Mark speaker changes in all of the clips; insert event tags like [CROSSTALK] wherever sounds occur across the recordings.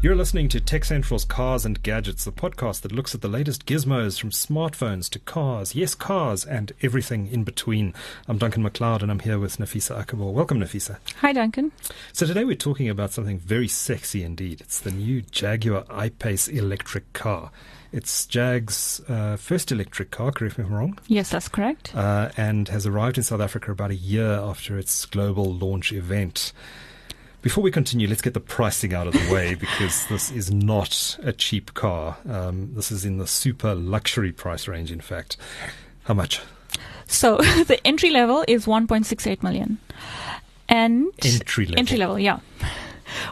Speaker 1: You're listening to Tech Central's Cars and Gadgets, the podcast that looks at the latest gizmos from smartphones to cars, yes, cars, and everything in between. I'm Duncan McLeod and I'm here with Nafisa Akabor. Welcome, Nafisa.
Speaker 2: Hi, Duncan.
Speaker 1: So, today we're talking about something very sexy indeed. It's the new Jaguar I Pace electric car. It's Jag's uh, first electric car, correct me if I'm wrong,
Speaker 2: Yes, that's correct.
Speaker 1: uh, and has arrived in South Africa about a year after its global launch event. Before we continue, let's get the pricing out of the way because this is not a cheap car. Um, this is in the super luxury price range, in fact. How much?
Speaker 2: So [LAUGHS] the entry level is 1.68 million. And
Speaker 1: Entry level.
Speaker 2: entry level, yeah.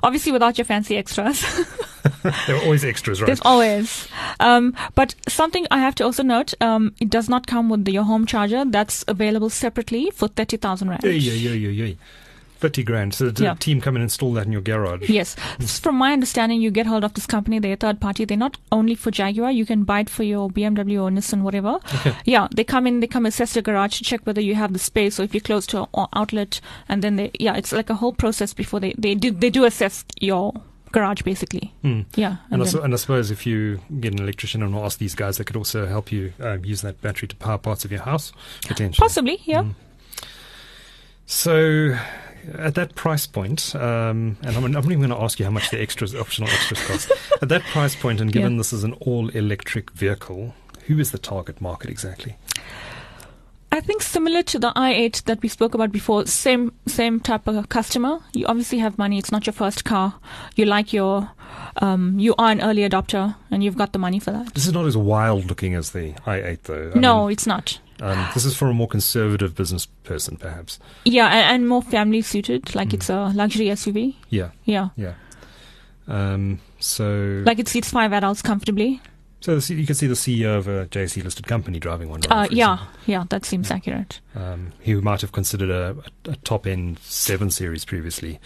Speaker 2: Obviously, without your fancy extras, [LAUGHS]
Speaker 1: There are always extras, right?
Speaker 2: there's always. Um, but something I have to also note: um, it does not come with your home charger. That's available separately for thirty thousand rand.
Speaker 1: Yeah, yeah, yeah, yeah, yeah. 50 grand. So the
Speaker 2: Yeah.
Speaker 1: team come and install that in your garage.
Speaker 2: Yes. S- From my understanding, you get hold of this company, they're a third party. They're not only for Jaguar. You can buy it for your BMW or Nissan, whatever. Yeah. They come in, they come assess your garage to check whether you have the space or if you're close to an outlet. And then they, yeah, it's like a whole process before they, they do, they do assess your garage basically.
Speaker 1: Hmm.
Speaker 2: Yeah.
Speaker 1: And,
Speaker 2: and
Speaker 1: I,
Speaker 2: then-
Speaker 1: su- and I suppose if you get an electrician and ask these guys, they could also help you um, use that battery to power parts of your house, potentially.
Speaker 2: possibly,
Speaker 1: Mm-hmm.
Speaker 2: yeah.
Speaker 1: Mm. So, at that price point, um, and I'm, I'm not even going to ask you how much the extras, optional extras
Speaker 2: [LAUGHS]
Speaker 1: cost. at that price point, and given
Speaker 2: Yeah.
Speaker 1: this is an all-electric vehicle, who is the target market exactly?
Speaker 2: I think similar to the i8 that we spoke about before, same same type of customer. You obviously have money. It's not your first car. You like your, um, you are an early adopter, and you've got the money for that.
Speaker 1: This is not as wild-looking as the i8, though. I
Speaker 2: no,
Speaker 1: mean,
Speaker 2: it's not.
Speaker 1: um, this is for a more conservative business person, perhaps.
Speaker 2: Yeah, and, and more family suited. Like it's a luxury SUV.
Speaker 1: Yeah,
Speaker 2: Yeah,
Speaker 1: yeah. Um, so,
Speaker 2: like it seats five adults comfortably.
Speaker 1: so the, C- you can see the CEO of a JSE-listed company driving one.
Speaker 2: Uh,
Speaker 1: right, for
Speaker 2: yeah, yeah, that seems accurate.
Speaker 1: um, who might have considered a, a top end seven series previously,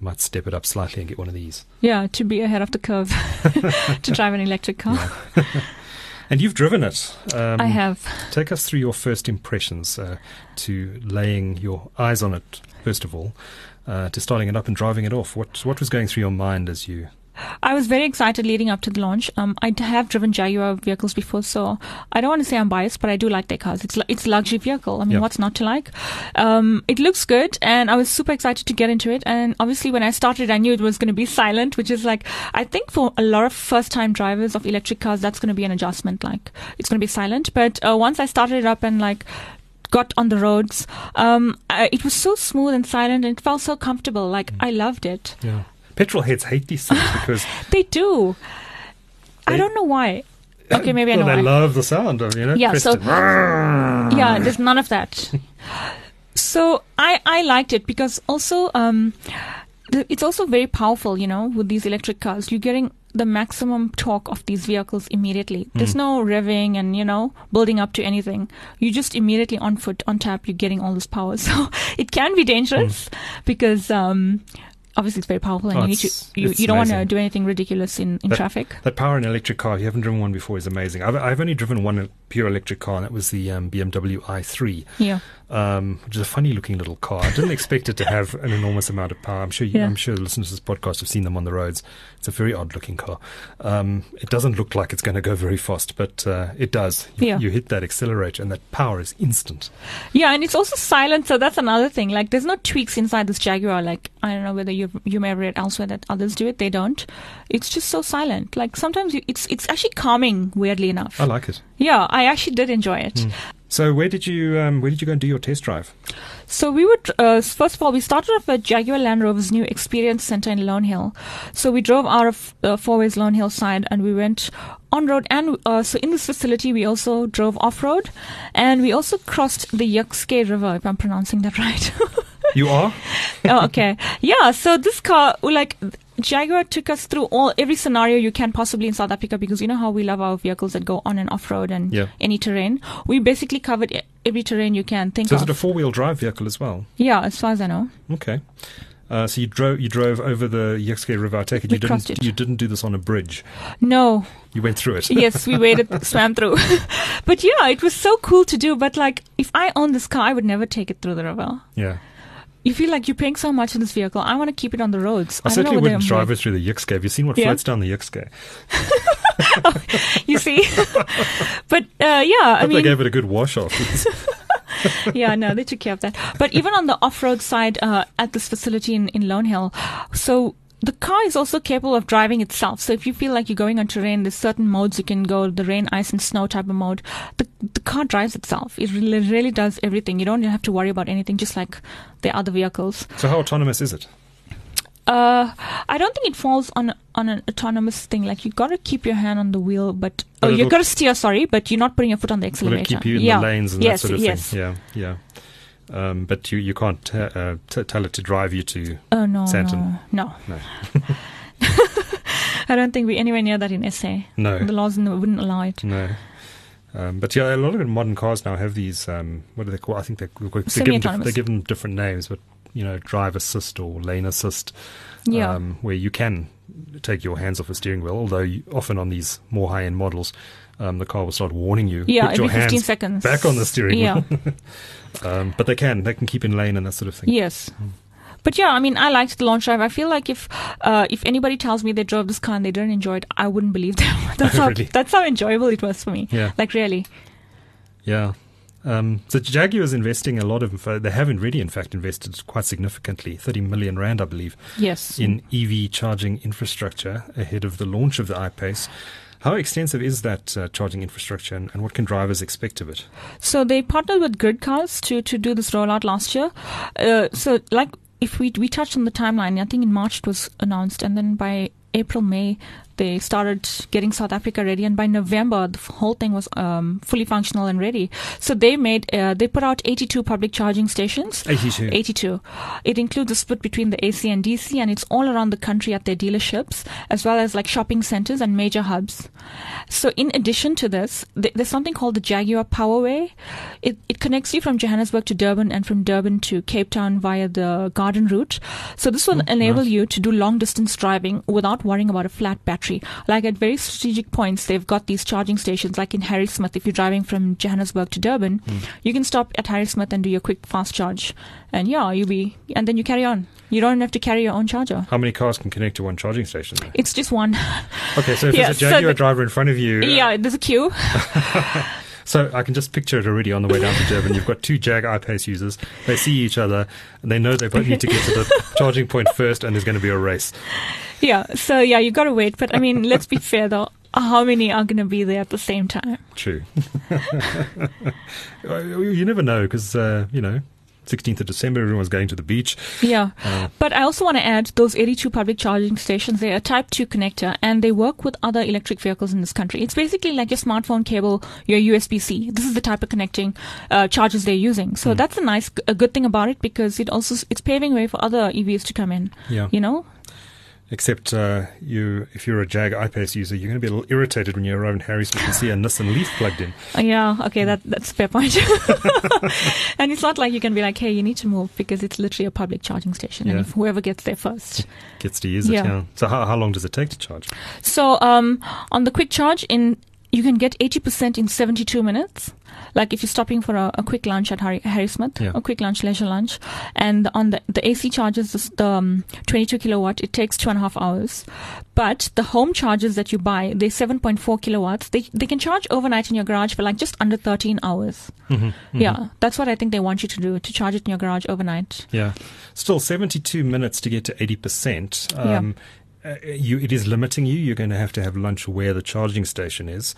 Speaker 1: might step it up slightly and get one of these.
Speaker 2: Yeah, to be ahead of
Speaker 1: [LAUGHS]
Speaker 2: the curve, [LAUGHS] to drive an electric car.
Speaker 1: And you've driven it. Um,
Speaker 2: I have.
Speaker 1: Take us through your first impressions uh, to laying your eyes on it, first of all, uh, to starting it up and driving it off. What what was going through your mind as you?
Speaker 2: I was very excited leading up to the launch. Um, I d- have driven Jaguar vehicles before, so I don't want to say I'm biased, but I do like their cars. It's lu- it's a luxury vehicle. I mean,
Speaker 1: Yeah.
Speaker 2: what's not to like? Um, it looks good, and I was super excited to get into it. And obviously, when I started, I knew it was going to be silent, which is like I think for a lot of first time drivers of electric cars, that's going to be an adjustment. Like it's going to be silent, but uh, once I started it up and like got on the roads, um, I, it was so smooth and silent, and it felt so comfortable. Like I loved it.
Speaker 1: Yeah. Petrol heads hate these
Speaker 2: [LAUGHS]
Speaker 1: things because
Speaker 2: They do.
Speaker 1: They-
Speaker 2: I don't know why. Okay, maybe
Speaker 1: well,
Speaker 2: I
Speaker 1: they
Speaker 2: know why.
Speaker 1: love the sound of you know.
Speaker 2: Yeah, so-
Speaker 1: Preston.
Speaker 2: yeah, there's none of that. so I I liked it because also um, the, it's also very powerful. You know, with these electric cars, you're getting the maximum torque of these vehicles immediately. There's
Speaker 1: Mm.
Speaker 2: no revving and you know building up to anything. You just immediately on foot on tap. You're getting all this power, [LAUGHS] so it can be dangerous because. Um, Obviously, it's very powerful, and
Speaker 1: Mm. Oh,
Speaker 2: you need to.
Speaker 1: it's-
Speaker 2: You,
Speaker 1: it's
Speaker 2: you don't want to
Speaker 1: amazing.
Speaker 2: do anything ridiculous in, in
Speaker 1: That-
Speaker 2: traffic.
Speaker 1: That power in an electric car, if you haven't driven one before, is amazing. I've, I've only driven one pure electric car, and that was the um, BMW i3,
Speaker 2: Yeah.
Speaker 1: um, which is a funny looking little car. I didn't expect it to have an enormous amount of power. I'm sure you,
Speaker 2: Yeah.
Speaker 1: I'm sure the listeners to this podcast have seen them on the roads. It's a very odd looking car. Um, it doesn't look like it's going to go very fast, but uh, it does. You,
Speaker 2: Yeah.
Speaker 1: you hit that accelerator, and that power is instant.
Speaker 2: Yeah, and it's also silent, so that's another thing. Like, there's no tweaks inside this Jaguar. Like, I don't know whether you you may have read elsewhere that others do it. They don't. It's just so silent. Like sometimes you, it's it's actually calming, weirdly enough.
Speaker 1: I like it.
Speaker 2: yeah, I actually did enjoy it.
Speaker 1: So where did you um, where did you go and do your test drive?
Speaker 2: So we would uh, first of all we started off at Jaguar Land Rover's new Experience Center in Lone Hill. So we drove our f- uh, four ways Lone Hill side, and we went on road. And uh, so in this facility, we also drove off road, and we also crossed the Yuxke River, if I'm pronouncing that [LAUGHS] right.
Speaker 1: You are
Speaker 2: oh, okay. Yeah. So this car, like Jaguar, took us through all every scenario you can possibly in South Africa because you know how we love our vehicles that go on and off road and
Speaker 1: Yeah.
Speaker 2: any terrain. We basically covered e- every terrain you can think
Speaker 1: so is
Speaker 2: of.
Speaker 1: it a four wheel drive vehicle as well?
Speaker 2: yeah, as far as I know.
Speaker 1: Okay. Uh, so you drove you drove over the Yexke River. I take it
Speaker 2: We
Speaker 1: you didn't
Speaker 2: crossed it.
Speaker 1: you didn't do this on a bridge.
Speaker 2: No.
Speaker 1: You went through it.
Speaker 2: Yes, we waded, [LAUGHS] swam through. but yeah, it was so cool to do. But like, if I owned this car, I would never take it through the river.
Speaker 1: yeah.
Speaker 2: you feel like you're paying so much for this vehicle. I want to keep it on the roads.
Speaker 1: I,
Speaker 2: don't
Speaker 1: certainly
Speaker 2: know whether
Speaker 1: wouldn't
Speaker 2: I'm
Speaker 1: drive
Speaker 2: right.
Speaker 1: it through the Yixke. Have you seen what
Speaker 2: Yeah.
Speaker 1: floats down the Yixke?
Speaker 2: You see, [LAUGHS] but uh, yeah,
Speaker 1: I
Speaker 2: I
Speaker 1: hope they
Speaker 2: mean,
Speaker 1: gave it a good wash off.
Speaker 2: yeah, no, they took care of that. But even on the off-road side uh, at this facility in, in Lone Hill, so the car is also capable of driving itself. So if you feel like you're going on terrain, there's certain modes you can go, the rain, ice, and snow type of mode. The, the car drives itself. It really, really does everything. You don't have to worry about anything, just like the other vehicles.
Speaker 1: so how autonomous is it?
Speaker 2: Uh, I don't think it falls on on an autonomous thing. Like you got to keep your hand on the wheel, but oh,
Speaker 1: But
Speaker 2: you
Speaker 1: it'll-
Speaker 2: got to steer. Sorry, but you're not putting your foot on the
Speaker 1: Will
Speaker 2: accelerator.
Speaker 1: it keep you in
Speaker 2: yeah.
Speaker 1: the lanes and
Speaker 2: yes,
Speaker 1: that sort of
Speaker 2: yes.
Speaker 1: thing? Yeah, yeah. Um, but you, you can't t- uh, t- tell it to drive you to.
Speaker 2: Oh no,
Speaker 1: Santon.
Speaker 2: no, no.
Speaker 1: No.
Speaker 2: [LAUGHS] I don't think we're anywhere near that in SA.
Speaker 1: No.
Speaker 2: The laws no- wouldn't allow it.
Speaker 1: No. Um, but yeah, a lot of modern cars now have these. Um, what are they called? I think they're, they're, given,
Speaker 2: Semi-autonomous.
Speaker 1: they're given different names, but you know, drive assist or lane assist,
Speaker 2: Yeah,
Speaker 1: um, where you can take your hands off the steering wheel. Although you, often on these more high-end models, um, the car will start warning you.
Speaker 2: yeah.
Speaker 1: put your
Speaker 2: Every fifteen
Speaker 1: hands
Speaker 2: seconds.
Speaker 1: back on the steering
Speaker 2: Yeah.
Speaker 1: wheel. Um, but they can, they can keep in lane and that sort of thing.
Speaker 2: [LAUGHS] Yes. But yeah, I mean, I liked the launch drive. I feel like if uh, if anybody tells me they drove this car and they didn't enjoy it, I wouldn't believe them. [LAUGHS] that's how
Speaker 1: [LAUGHS] Really?
Speaker 2: that's how enjoyable it was for me.
Speaker 1: Yeah.
Speaker 2: Like really,
Speaker 1: Yeah. Um, so Jaguar is investing a lot of. They have already, in fact, invested quite significantly, thirty million rand, I believe,
Speaker 2: yes.
Speaker 1: in EV charging infrastructure ahead of the launch of the iPace. How extensive is that uh, charging infrastructure, and, and what can drivers expect of it?
Speaker 2: So they partnered with Grid Cars to, to do this rollout last year. Uh, so like if we we touched on the timeline, I think in March it was announced, and then by April May they started getting South Africa ready, and by November the f- whole thing was um, fully functional and ready. So they made uh, they put out 82 public charging stations.
Speaker 1: Eighty-two.
Speaker 2: 82. It includes a split between the AC and DC, and it's all around the country at their dealerships, as well as like shopping centers and major hubs. So, in addition to this, th- there's something called the Jaguar Powerway. It, it connects you from Johannesburg to Durban and from Durban to Cape Town via the garden route. So, this will enable you to do long distance driving without worrying about a flat battery. Like at very strategic points, they've got these charging stations, like in Harry Smith, if you're driving from Johannesburg to Durban, you can stop at Harry Smith and do your quick fast charge. And yeah, you'll be, and then you carry on. You don't have to carry your own charger.
Speaker 1: How many cars can connect to one charging station?
Speaker 2: [LAUGHS]
Speaker 1: then?
Speaker 2: It's just one.
Speaker 1: Okay, so if
Speaker 2: Yeah,
Speaker 1: there's a
Speaker 2: so
Speaker 1: Jaguar
Speaker 2: the-
Speaker 1: driver in front of you, uh,
Speaker 2: [LAUGHS] yeah, there's a queue.
Speaker 1: So I can just picture it already on the way down to Durban. You've got two Jag iPace users. They see each other. And they know they both need to get to
Speaker 2: [LAUGHS]
Speaker 1: the charging point first, and there's going to be a race.
Speaker 2: Yeah, so yeah, you gotta wait. But I mean, let's be fair though. How many are gonna be there at the same time? [LAUGHS]
Speaker 1: True. Uh, you you never know because uh, you know, 16th of December, everyone's going to the beach.
Speaker 2: Yeah.
Speaker 1: Uh,
Speaker 2: But I also want to add those 82 public charging stations, they're a type 2 connector and they work with other electric vehicles in this country. It's basically like your smartphone cable, your USB C. This is the type of connecting uh, chargers they're using. So that's a nice, a good thing about it because it also, it's paving way for other EVs to come in,
Speaker 1: yeah.
Speaker 2: you know?
Speaker 1: Except uh, you, if you're a Jag iPace user, you're going to be a little irritated when you arrive in Harry Smith and see a Nissan Leaf plugged in.
Speaker 2: Uh, Yeah, okay, that that's a fair point. [LAUGHS] and it's not like you can be like, hey, you need to move because it's literally a public charging station, and
Speaker 1: Yeah.
Speaker 2: if whoever gets there first.
Speaker 1: Gets to use it.
Speaker 2: Yeah.
Speaker 1: Yeah. So how, how long does it take to charge?
Speaker 2: So um, on the quick charge, in you can get eighty percent in seventy-two minutes. Like if you're stopping for a, a quick lunch at Harry, Harry Smith,
Speaker 1: Yeah.
Speaker 2: a quick lunch, leisure lunch, and on the the AC charges the, s- the um, twenty-two kilowatt, it takes two and a half hours. But the home charges that you buy, they're seven point four kilowatts. They they can charge overnight in your garage for like just under thirteen hours.
Speaker 1: Mm-hmm.
Speaker 2: Yeah, that's what I think they want you to do to charge it in your garage overnight.
Speaker 1: Yeah. Still, 72 minutes to get to 80%. Um, uh, You, it is limiting you. You're going to have to have lunch where the charging station is.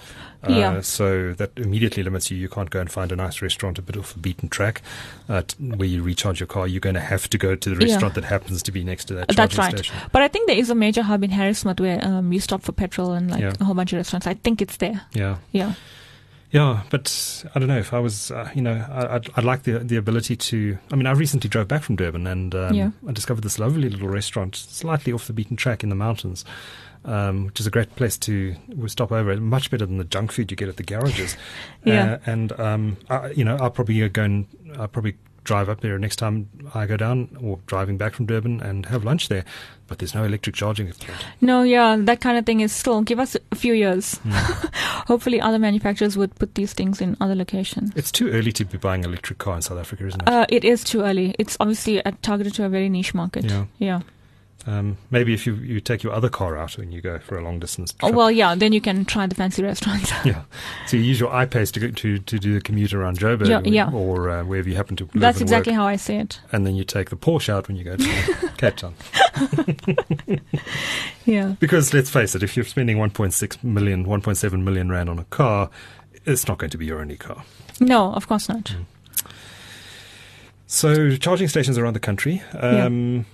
Speaker 1: Uh,
Speaker 2: Yeah.
Speaker 1: So that immediately limits you. You can't go and find a nice restaurant a bit off the beaten track uh, t- where you recharge your car. You're going to have to go to the
Speaker 2: Yeah.
Speaker 1: restaurant that happens to be next to that charging
Speaker 2: That's right.
Speaker 1: station.
Speaker 2: But I think there is a major hub in Harry Smith where um, you stop for petrol and like
Speaker 1: Yeah.
Speaker 2: a whole bunch of restaurants. I think it's there.
Speaker 1: Yeah.
Speaker 2: Yeah.
Speaker 1: Yeah, but I don't know if I was, uh, you know, I, I'd, I'd like the the ability to. I mean, I recently drove back from Durban and um,
Speaker 2: Yeah.
Speaker 1: I discovered this lovely little restaurant, slightly off the beaten track in the mountains, um, which is a great place to stop over. Much better than the junk food you get at the garages.
Speaker 2: [LAUGHS] Yeah.
Speaker 1: Uh, and um, I, you know, I'll probably go and I'll probably drive up there next time I go down or driving back from Durban and have lunch there. But there's no electric charging equipment.
Speaker 2: No, yeah, that kind of thing is still give us a few years.
Speaker 1: Hmm.
Speaker 2: [LAUGHS] Hopefully, other manufacturers would put these things in other locations.
Speaker 1: It's too early to be buying an electric car in South Africa, isn't it?
Speaker 2: Uh, it is too early. It's obviously uh, targeted to a very niche market.
Speaker 1: Yeah.
Speaker 2: yeah.
Speaker 1: um, maybe if you, you take your other car out and you go for a long distance
Speaker 2: Oh,
Speaker 1: trip.
Speaker 2: well, yeah, then you can try the fancy restaurants.
Speaker 1: yeah. So you use your iPace to, go, to to do the commute around Joburg
Speaker 2: Yeah, yeah.
Speaker 1: or uh, wherever you happen to live
Speaker 2: That's
Speaker 1: and
Speaker 2: exactly
Speaker 1: work.
Speaker 2: how I see it.
Speaker 1: And then you take the Porsche out when you go
Speaker 2: [LAUGHS]
Speaker 1: to Cape Town.
Speaker 2: Yeah.
Speaker 1: Because let's face it, if you're spending 1.6 million, 1.7 million rand on a car, it's not going to be your only car.
Speaker 2: No, of course not.
Speaker 1: So charging stations around the country, um,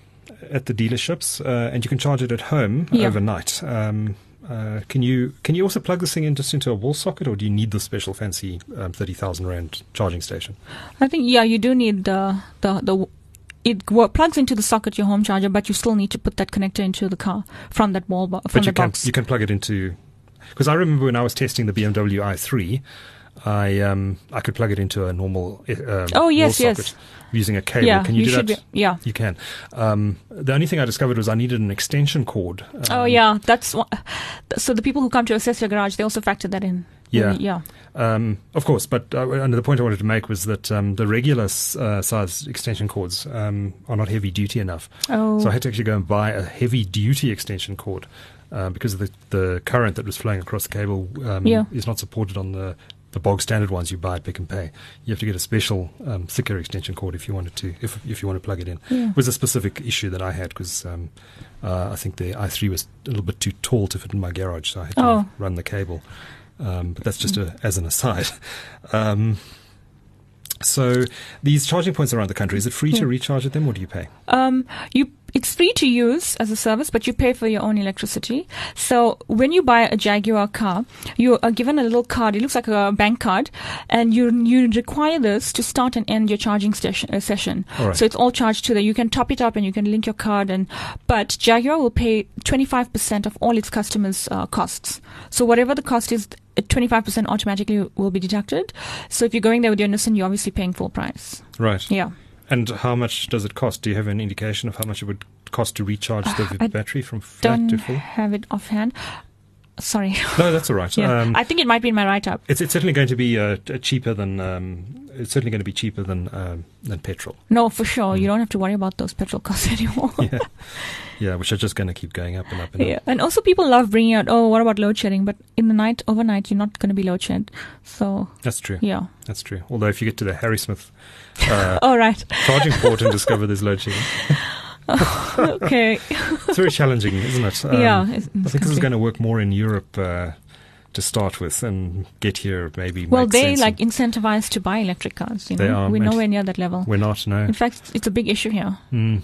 Speaker 1: at the dealerships, uh, and you can charge it at home
Speaker 2: Yeah.
Speaker 1: overnight. Um, uh, can you can you also plug this thing in just into a wall socket, or do you need the special fancy um, thirty thousand rand charging station?
Speaker 2: I think yeah, you do need the the the it wo- plugs into the socket your home charger, but you still need to put that connector into the car from that wall bo-
Speaker 1: but
Speaker 2: from the
Speaker 1: you can
Speaker 2: box.
Speaker 1: you can plug it into because I remember when I was testing the BMW i3, I um, I could plug it into a normal uh, um,
Speaker 2: Oh, yes,
Speaker 1: wall
Speaker 2: yes.
Speaker 1: socket using a cable.
Speaker 2: yeah,
Speaker 1: can you, do
Speaker 2: should
Speaker 1: that?
Speaker 2: be. Yeah.
Speaker 1: You can. Um, the only thing I discovered was I needed an extension cord.
Speaker 2: oh
Speaker 1: um,
Speaker 2: yeah, that's wha- so. The people who come to assess your garage, they also factor that in.
Speaker 1: Yeah.
Speaker 2: yeah,
Speaker 1: Um, of course, but uh, another point I wanted to make was that um, the regular s- uh, size extension cords um, are not heavy duty enough.
Speaker 2: Oh.
Speaker 1: So I had to actually go and buy a heavy duty extension cord uh, because of the, the current that was flowing across the cable um,
Speaker 2: Yeah.
Speaker 1: is not supported on the, the bog standard ones you buy at Pick and Pay. You have to get a special um, thicker extension cord if you wanted to if, if you want to plug it in.
Speaker 2: Yeah.
Speaker 1: It was a specific issue that I had because um, uh, I think the i3 was a little bit too tall to fit in my garage, so I had to
Speaker 2: Oh.
Speaker 1: run the cable. Um, but that's just a, as an aside. [LAUGHS] Um, so these charging points around the country, is it free
Speaker 2: Yeah.
Speaker 1: to recharge at them or do you pay?
Speaker 2: Um, you it's free to use as a service, but you pay for your own electricity. So when you buy a Jaguar car, you are given a little card. It looks like a bank card, and you you require this to start and end your charging station uh, session.
Speaker 1: All right.
Speaker 2: So it's all charged to that. You can top it up and you can link your card. And but Jaguar will pay 25% of all its customers' uh, costs. So whatever the cost is. 25% automatically will be deducted. So if you're going there with your Nissan, you're obviously paying full price.
Speaker 1: Right.
Speaker 2: Yeah.
Speaker 1: And how much does it cost? Do you have an indication of how much it would cost to recharge the v-
Speaker 2: Uh, I
Speaker 1: battery from flat
Speaker 2: don't
Speaker 1: to
Speaker 2: [LAUGHS]
Speaker 1: full?
Speaker 2: have it offhand. Sorry. [LAUGHS]
Speaker 1: No, that's all right.
Speaker 2: yeah.
Speaker 1: Um,
Speaker 2: I think it might be in my write up.
Speaker 1: it's, it's certainly going to be uh, t- cheaper than um, it's certainly going to be cheaper than um, than petrol.
Speaker 2: No, for sure. You don't have to worry about those petrol costs [LAUGHS] anymore.
Speaker 1: Hmm. [LAUGHS] Yeah, yeah, which are just going to keep going up and up and up.
Speaker 2: Yeah. And also, people love bringing out, oh, what about load shedding? But in the night, overnight, you're not going to be load shed. So,
Speaker 1: That's true.
Speaker 2: yeah.
Speaker 1: That's true. Although if you get to the Harry Smith uh,
Speaker 2: All right. [LAUGHS]
Speaker 1: charging port and discover there's load shedding,
Speaker 2: Okay.
Speaker 1: it's very challenging, isn't it? Um,
Speaker 2: yeah. it's-
Speaker 1: I think this is
Speaker 2: country.
Speaker 1: going to work more in Europe uh, to start with, and get here maybe.
Speaker 2: Well,
Speaker 1: make
Speaker 2: they
Speaker 1: sense.
Speaker 2: like incentivized to buy electric cars. You know,
Speaker 1: They are,
Speaker 2: we're
Speaker 1: and-
Speaker 2: nowhere near that level.
Speaker 1: we're not no.
Speaker 2: In fact, it's a big issue here.
Speaker 1: Mm.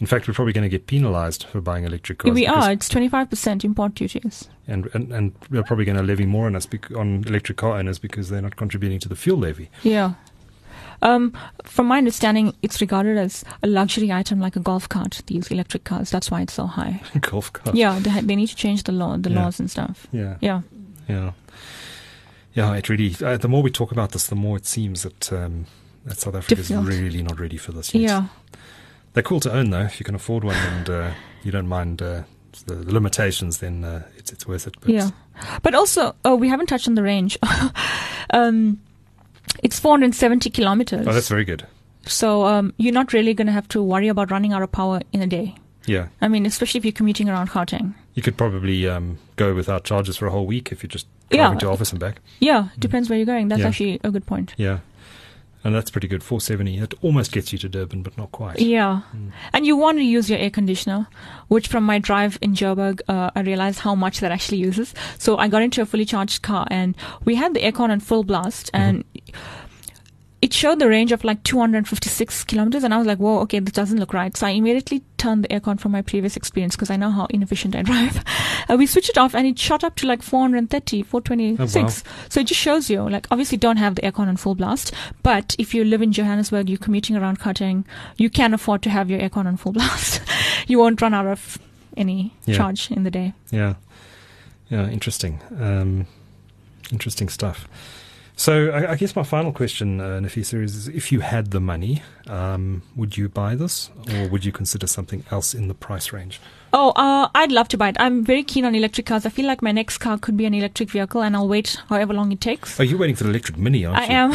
Speaker 1: In fact, we're probably going to get penalised for buying electric cars.
Speaker 2: we
Speaker 1: because-
Speaker 2: are. It's 25% import duties.
Speaker 1: and, and and we're probably going to levy more on us bec- on electric car owners because they're not contributing to the fuel levy. [LAUGHS]
Speaker 2: Yeah. Um, from my understanding, it's regarded as a luxury item like a golf cart, these electric cars. That's why it's so high.
Speaker 1: Golf cars.
Speaker 2: Yeah, they, ha- they need to change the law, the
Speaker 1: Yeah.
Speaker 2: laws and stuff.
Speaker 1: Yeah.
Speaker 2: Yeah.
Speaker 1: Yeah. Yeah, it really. Uh, the more we talk about this, the more it seems that um, that South Africa's
Speaker 2: Difficult.
Speaker 1: really not ready for this. Yet.
Speaker 2: Yeah.
Speaker 1: they're cool to own though. If you can afford one and uh, you don't mind uh, the, the limitations, then uh, it's it's worth it. But
Speaker 2: yeah. But also, oh, we haven't touched on the range. [LAUGHS] um, it's 470 kilometers.
Speaker 1: oh, that's very good.
Speaker 2: so um, you're not really going to have to worry about running out of power in a day.
Speaker 1: Yeah,
Speaker 2: I mean, especially if you're commuting around Gauteng.
Speaker 1: you could probably um, go without charges for a whole week if you're just
Speaker 2: Yeah.
Speaker 1: driving to office and back.
Speaker 2: Yeah, depends where you're going. That's
Speaker 1: Yeah.
Speaker 2: actually a good point.
Speaker 1: Yeah, and that's pretty good. Four seventy. It almost gets you to Durban, but not quite.
Speaker 2: Yeah. And you want to use your air conditioner, which from my drive in Joburg, uh, I realized how much that actually uses. So I got into a fully charged car and we had the aircon on full blast and it showed the range of like 256 kilometers. And I was like, whoa, okay, this doesn't look right. So I immediately turned the aircon from my previous experience because I know how inefficient I [LAUGHS] drive. and we switched it off and it shot up to like 430, 426. So it just shows you, like, obviously don't have the aircon on full blast, but if you live in Johannesburg, you're commuting around Gauteng, you can afford to have your aircon on full blast. [LAUGHS] you won't run out of any
Speaker 1: Yeah.
Speaker 2: charge in the day.
Speaker 1: Yeah, yeah. Interesting. Um, interesting stuff. So I, I guess my final question, uh, Nafisa, is if you had the money, um, would you buy this or would you consider something else in the price range?
Speaker 2: Oh, uh, I'd love to buy it. I'm very keen on electric cars. I feel like my next car could be an electric vehicle, and I'll wait however long it takes.
Speaker 1: Oh, you're waiting for the electric mini, aren't
Speaker 2: I
Speaker 1: you?
Speaker 2: am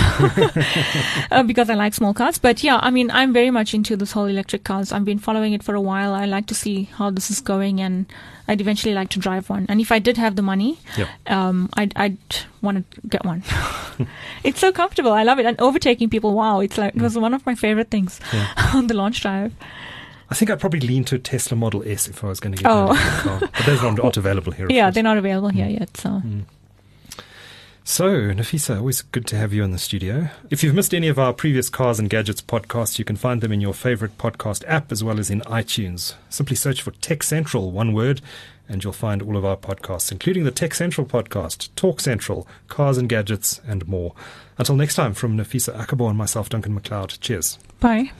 Speaker 1: [LAUGHS]
Speaker 2: [LAUGHS] uh, because I like small cars. But yeah, I mean, I'm very much into this whole electric cars. I've been following it for a while. I like to see how this is going, and I'd eventually like to drive one. And if I did have the money,
Speaker 1: Yep.
Speaker 2: um, I'd, I'd want to get one. [LAUGHS] it's so comfortable. I love it. And overtaking people, wow! It's like it was one of my favorite things
Speaker 1: Mm. Yeah.
Speaker 2: [LAUGHS] on the launch drive.
Speaker 1: I think I'd probably lean to a Tesla Model S if I was going to get an
Speaker 2: Oh.
Speaker 1: electric car. But those aren't, aren't available here. of
Speaker 2: [LAUGHS] Yeah,
Speaker 1: course. Mm.
Speaker 2: they're not available here yet. So
Speaker 1: So, Nafisa, always good to have you in the studio. If you've missed any of our previous Cars and Gadgets podcasts, you can find them in your favorite podcast app as well as in iTunes. Simply search for Tech Central, one word, and you'll find all of our podcasts, including the Tech Central podcast, Talk Central, Cars and Gadgets, and more. Until next time, from Nafisa Akabo and myself, Duncan McLeod, cheers.
Speaker 2: bye.